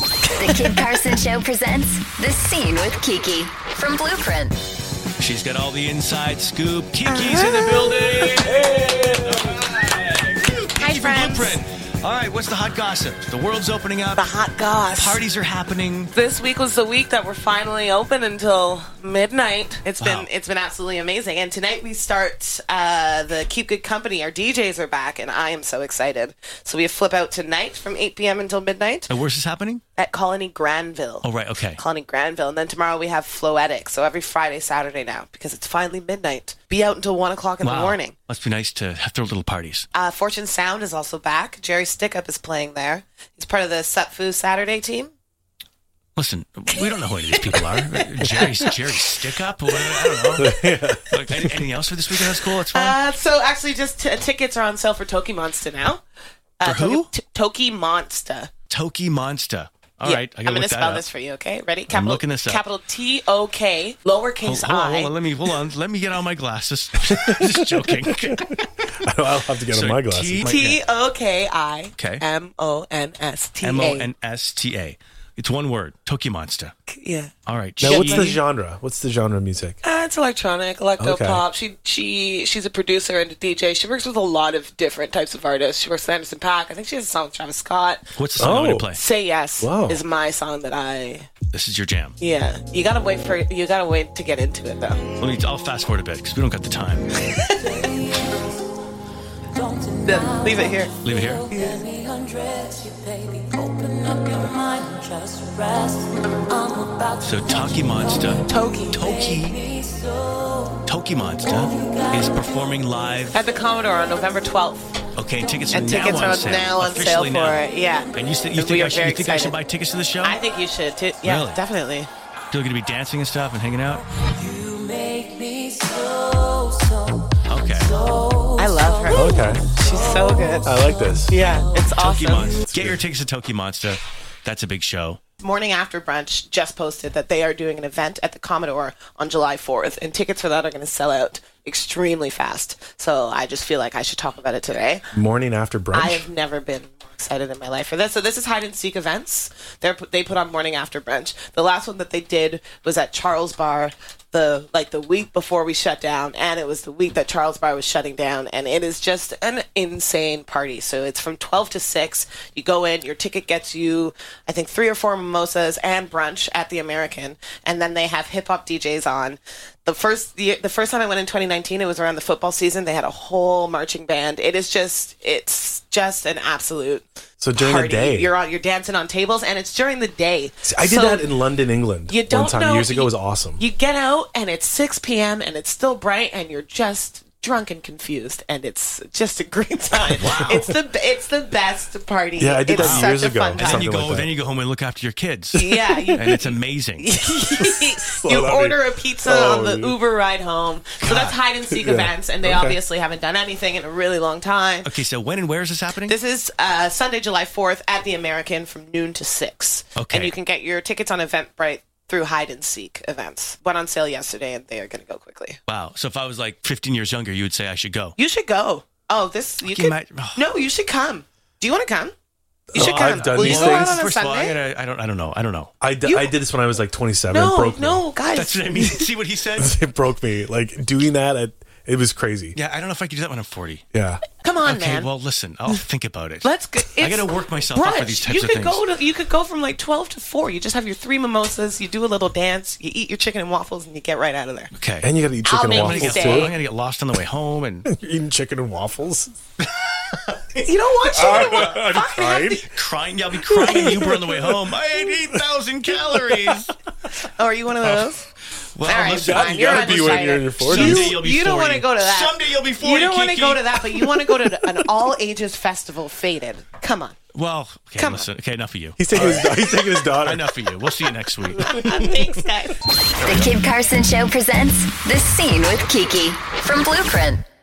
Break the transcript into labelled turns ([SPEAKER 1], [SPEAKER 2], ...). [SPEAKER 1] The Kid Carson Show presents The Scene with Kiki from Blueprint.
[SPEAKER 2] She's got all the inside scoop. Kiki's in
[SPEAKER 3] Uh-huh.
[SPEAKER 2] the building. Hi,
[SPEAKER 3] friends.
[SPEAKER 2] Blueprint. All right, what's the hot gossip? The world's opening up.
[SPEAKER 3] The hot goss.
[SPEAKER 2] Parties are happening.
[SPEAKER 3] This week was the week that we're finally open until midnight. It's
[SPEAKER 2] Wow.
[SPEAKER 3] been it's been absolutely amazing. And tonight we start uh, the Keep Good Company. Our DJs are back, and I am so excited. So we have flip out tonight from 8 p.m. until midnight
[SPEAKER 2] And where's this happening?
[SPEAKER 3] at Colony Granville.
[SPEAKER 2] Oh, right, okay.
[SPEAKER 3] Colony Granville, and then tomorrow we have Floetic. So every Friday, Saturday now because it's finally midnight. Be out until one o'clock in the morning.
[SPEAKER 2] Must be nice to have throw little parties.
[SPEAKER 3] Uh, Fortune Sound is also back. Jerry Stickup is playing there. He's part of the Sutfu Saturday team.
[SPEAKER 2] Listen, we don't know who any of these people are. Jerry's Jerry stick up. Or whatever, I don't know. Like, any- anything else for this weekend? That's cool. That's fun.
[SPEAKER 3] Uh, so actually, just t- tickets are on sale for Toki Monster now. Uh,
[SPEAKER 2] For who?
[SPEAKER 3] Toki, Toki Monster.
[SPEAKER 2] Toki Monster. All
[SPEAKER 3] Yeah,
[SPEAKER 2] right, I
[SPEAKER 3] I'm
[SPEAKER 2] gotta
[SPEAKER 3] gonna
[SPEAKER 2] look that
[SPEAKER 3] spell
[SPEAKER 2] up.
[SPEAKER 3] this for you. Okay, ready? Capital,
[SPEAKER 2] looking this up.
[SPEAKER 3] Capital T O K,
[SPEAKER 2] Hold,
[SPEAKER 3] lowercase
[SPEAKER 2] hold on,
[SPEAKER 3] i.
[SPEAKER 2] hold on, let me hold on. Let me get on my glasses. Just joking.
[SPEAKER 4] I'll have to get
[SPEAKER 2] So
[SPEAKER 4] on my glasses.
[SPEAKER 2] T- E.
[SPEAKER 3] T O K I
[SPEAKER 2] Okay.
[SPEAKER 3] M O N S T A.
[SPEAKER 2] M O N S T A. It's one word. Toki Monster.
[SPEAKER 3] Yeah,
[SPEAKER 2] All right.
[SPEAKER 4] now, what's
[SPEAKER 2] she-
[SPEAKER 4] the genre? What's the genre of music?
[SPEAKER 3] uh, it's electronic, electro
[SPEAKER 4] Okay.
[SPEAKER 3] pop. She she she's a producer and a DJ. She works with a lot of different types of artists. She works with Anderson Paak. I think she has a song with Travis Scott.
[SPEAKER 2] What's the song I'm going
[SPEAKER 4] Oh.
[SPEAKER 2] to play?
[SPEAKER 3] Say yes
[SPEAKER 4] Wow.
[SPEAKER 3] is my song that I
[SPEAKER 2] This is your jam.
[SPEAKER 3] yeah. You gotta wait for you gotta wait to get into it though.
[SPEAKER 2] Let me, I'll fast forward a bit because we don't got the time.
[SPEAKER 3] Then leave it here.
[SPEAKER 2] Leave it here.
[SPEAKER 5] Let me undress you, baby. Open up your mind and just rest. I'm about to
[SPEAKER 2] So, Toki Monster.
[SPEAKER 3] Toki.
[SPEAKER 2] Toki. Toki Monster is performing live.
[SPEAKER 3] At the Commodore on November 12th.
[SPEAKER 2] Okay, and tickets are
[SPEAKER 3] And
[SPEAKER 2] now
[SPEAKER 3] tickets
[SPEAKER 2] on
[SPEAKER 3] are
[SPEAKER 2] sale.
[SPEAKER 3] now on sale
[SPEAKER 2] Officially
[SPEAKER 3] for
[SPEAKER 2] now.
[SPEAKER 3] it. Yeah.
[SPEAKER 2] And you, said you
[SPEAKER 3] We
[SPEAKER 2] think,
[SPEAKER 3] are
[SPEAKER 2] I should,
[SPEAKER 3] very
[SPEAKER 2] you think I should
[SPEAKER 3] excited.
[SPEAKER 2] buy tickets to the show?
[SPEAKER 3] I think you should too. Yeah,
[SPEAKER 2] Really?
[SPEAKER 3] definitely.
[SPEAKER 2] Still going to be dancing and stuff and hanging out?
[SPEAKER 5] you make me so, so,
[SPEAKER 2] Okay.
[SPEAKER 5] so.
[SPEAKER 3] I love her.
[SPEAKER 4] Okay,
[SPEAKER 3] She's so good.
[SPEAKER 4] I like this.
[SPEAKER 3] Yeah, it's
[SPEAKER 2] Toki
[SPEAKER 3] awesome.
[SPEAKER 2] Monster. Get your tickets to Toki Monster. That's a big show.
[SPEAKER 3] Morning After Brunch just posted that they are doing an event at the Commodore on July 4th, and tickets for that are going to sell out extremely fast. So I just feel like I should talk about it today.
[SPEAKER 4] Morning after
[SPEAKER 3] I
[SPEAKER 4] brunch.
[SPEAKER 3] have never been more excited in my life for this. So this is hide and seek events. They they put on morning after brunch. The last one that they did was at Charles Bar the like the week before we shut down and it was the week that Charles Bar was shutting down and it is just an insane party. So it's from 12 to 6. You go in, your ticket gets you I think 3 or 4 mimosas and brunch at the American and then they have hip hop DJs on. The first the, the first time I went in 2019 it was around the football season. They had a whole marching band. It is just it's just an absolute
[SPEAKER 4] So during the
[SPEAKER 3] party.
[SPEAKER 4] day,
[SPEAKER 3] You're on you're dancing on tables and it's during the day.
[SPEAKER 4] See, I did
[SPEAKER 3] So
[SPEAKER 4] that in London, England.
[SPEAKER 3] you don't
[SPEAKER 4] one time
[SPEAKER 3] know,
[SPEAKER 4] years ago.
[SPEAKER 3] you-
[SPEAKER 4] It was awesome.
[SPEAKER 3] You get out and it's 6 p.m. and it's still bright and you're just drunk and confused and it's just a great time. It's the it's the best party.
[SPEAKER 4] Yeah, I did
[SPEAKER 3] it's
[SPEAKER 4] that
[SPEAKER 3] such
[SPEAKER 4] years
[SPEAKER 3] a
[SPEAKER 4] ago.
[SPEAKER 3] Fun
[SPEAKER 4] Something
[SPEAKER 2] Then
[SPEAKER 3] time.
[SPEAKER 2] you, go,
[SPEAKER 4] like that.
[SPEAKER 2] then you go home and look after your kids.
[SPEAKER 3] Yeah, you,
[SPEAKER 2] and it's amazing.
[SPEAKER 3] you
[SPEAKER 4] that'd be-
[SPEAKER 3] order a pizza
[SPEAKER 4] Oh,
[SPEAKER 3] on the
[SPEAKER 4] dude.
[SPEAKER 3] Uber ride home. So that's hide and seek
[SPEAKER 4] Yeah.
[SPEAKER 3] events, and they
[SPEAKER 4] Okay.
[SPEAKER 3] obviously haven't done anything in a really long time.
[SPEAKER 2] Okay, so when and where is this happening?
[SPEAKER 3] This is uh, Sunday, July 4th at the American from noon to 6.
[SPEAKER 2] Okay.
[SPEAKER 3] And you can get your tickets on Eventbrite through hide and seek events. Went on sale yesterday, and they are going to go quickly.
[SPEAKER 2] wow. So if I was like 15 years younger, you would say I should go.
[SPEAKER 3] You should go. Oh, this, you
[SPEAKER 2] Fucking
[SPEAKER 3] could.
[SPEAKER 2] might- oh.
[SPEAKER 3] No, you should come. Do you want to come? You should
[SPEAKER 4] Oh,
[SPEAKER 3] come.
[SPEAKER 4] I've done
[SPEAKER 3] Will
[SPEAKER 4] these
[SPEAKER 3] you go out
[SPEAKER 4] things.
[SPEAKER 3] on a
[SPEAKER 2] First of all, I,
[SPEAKER 3] Sunday?
[SPEAKER 2] gotta, I don't. I don't know. I don't know.
[SPEAKER 4] I di-
[SPEAKER 3] you-
[SPEAKER 4] I did this when I was like 27. it
[SPEAKER 3] no,
[SPEAKER 4] broke me.
[SPEAKER 3] no, guys.
[SPEAKER 2] That's what I mean. See what he says?
[SPEAKER 4] it broke me. Like doing that, at, it was crazy.
[SPEAKER 2] Yeah, I don't know if I can do that when I'm 40.
[SPEAKER 4] Yeah.
[SPEAKER 3] Come on,
[SPEAKER 2] Okay,
[SPEAKER 3] man.
[SPEAKER 2] well, listen, I'll think about it.
[SPEAKER 3] Let's go.
[SPEAKER 2] I
[SPEAKER 3] it's
[SPEAKER 2] gotta work myself up for
[SPEAKER 3] brunch.
[SPEAKER 2] these types
[SPEAKER 3] you
[SPEAKER 2] of
[SPEAKER 3] could
[SPEAKER 2] things.
[SPEAKER 3] Go to, you could go from like 12 to 4. You just have your three mimosas, you do a little dance, you eat your chicken and waffles, and you get right out of there.
[SPEAKER 2] okay.
[SPEAKER 4] And you got to eat
[SPEAKER 3] I'll
[SPEAKER 4] chicken and
[SPEAKER 3] make
[SPEAKER 2] I'm, gonna
[SPEAKER 4] waffles
[SPEAKER 2] get,
[SPEAKER 3] you
[SPEAKER 4] too.
[SPEAKER 3] stay.
[SPEAKER 2] I'm gonna get lost on the way home, and
[SPEAKER 4] You're eating chicken and waffles.
[SPEAKER 3] You don't want chicken and waffles.
[SPEAKER 4] I'm crying.
[SPEAKER 2] crying. I'll be crying Uber on the way home. I ate 8,000 calories.
[SPEAKER 3] Oh, are you one of those?
[SPEAKER 2] Well,
[SPEAKER 3] All right,
[SPEAKER 2] listen,
[SPEAKER 3] fine.
[SPEAKER 4] You
[SPEAKER 3] You're
[SPEAKER 4] gotta be when you're in your
[SPEAKER 3] undecided.
[SPEAKER 4] 40s.
[SPEAKER 2] Someday you'll be
[SPEAKER 3] You, you don't
[SPEAKER 2] 40.
[SPEAKER 3] want to go to that.
[SPEAKER 2] Someday you'll be 40,
[SPEAKER 3] You don't want to
[SPEAKER 2] Kiki.
[SPEAKER 3] go to that, but you want to go to an all ages festival. Faded. Come on.
[SPEAKER 2] well, okay,
[SPEAKER 3] Come on.
[SPEAKER 2] listen. Okay, enough of you.
[SPEAKER 4] He's taking his he's taking his daughter.
[SPEAKER 2] Enough of you. We'll see you next week.
[SPEAKER 3] Thanks, guys.
[SPEAKER 1] The Kid Carson Show presents The Scene with Kiki from Blueprint.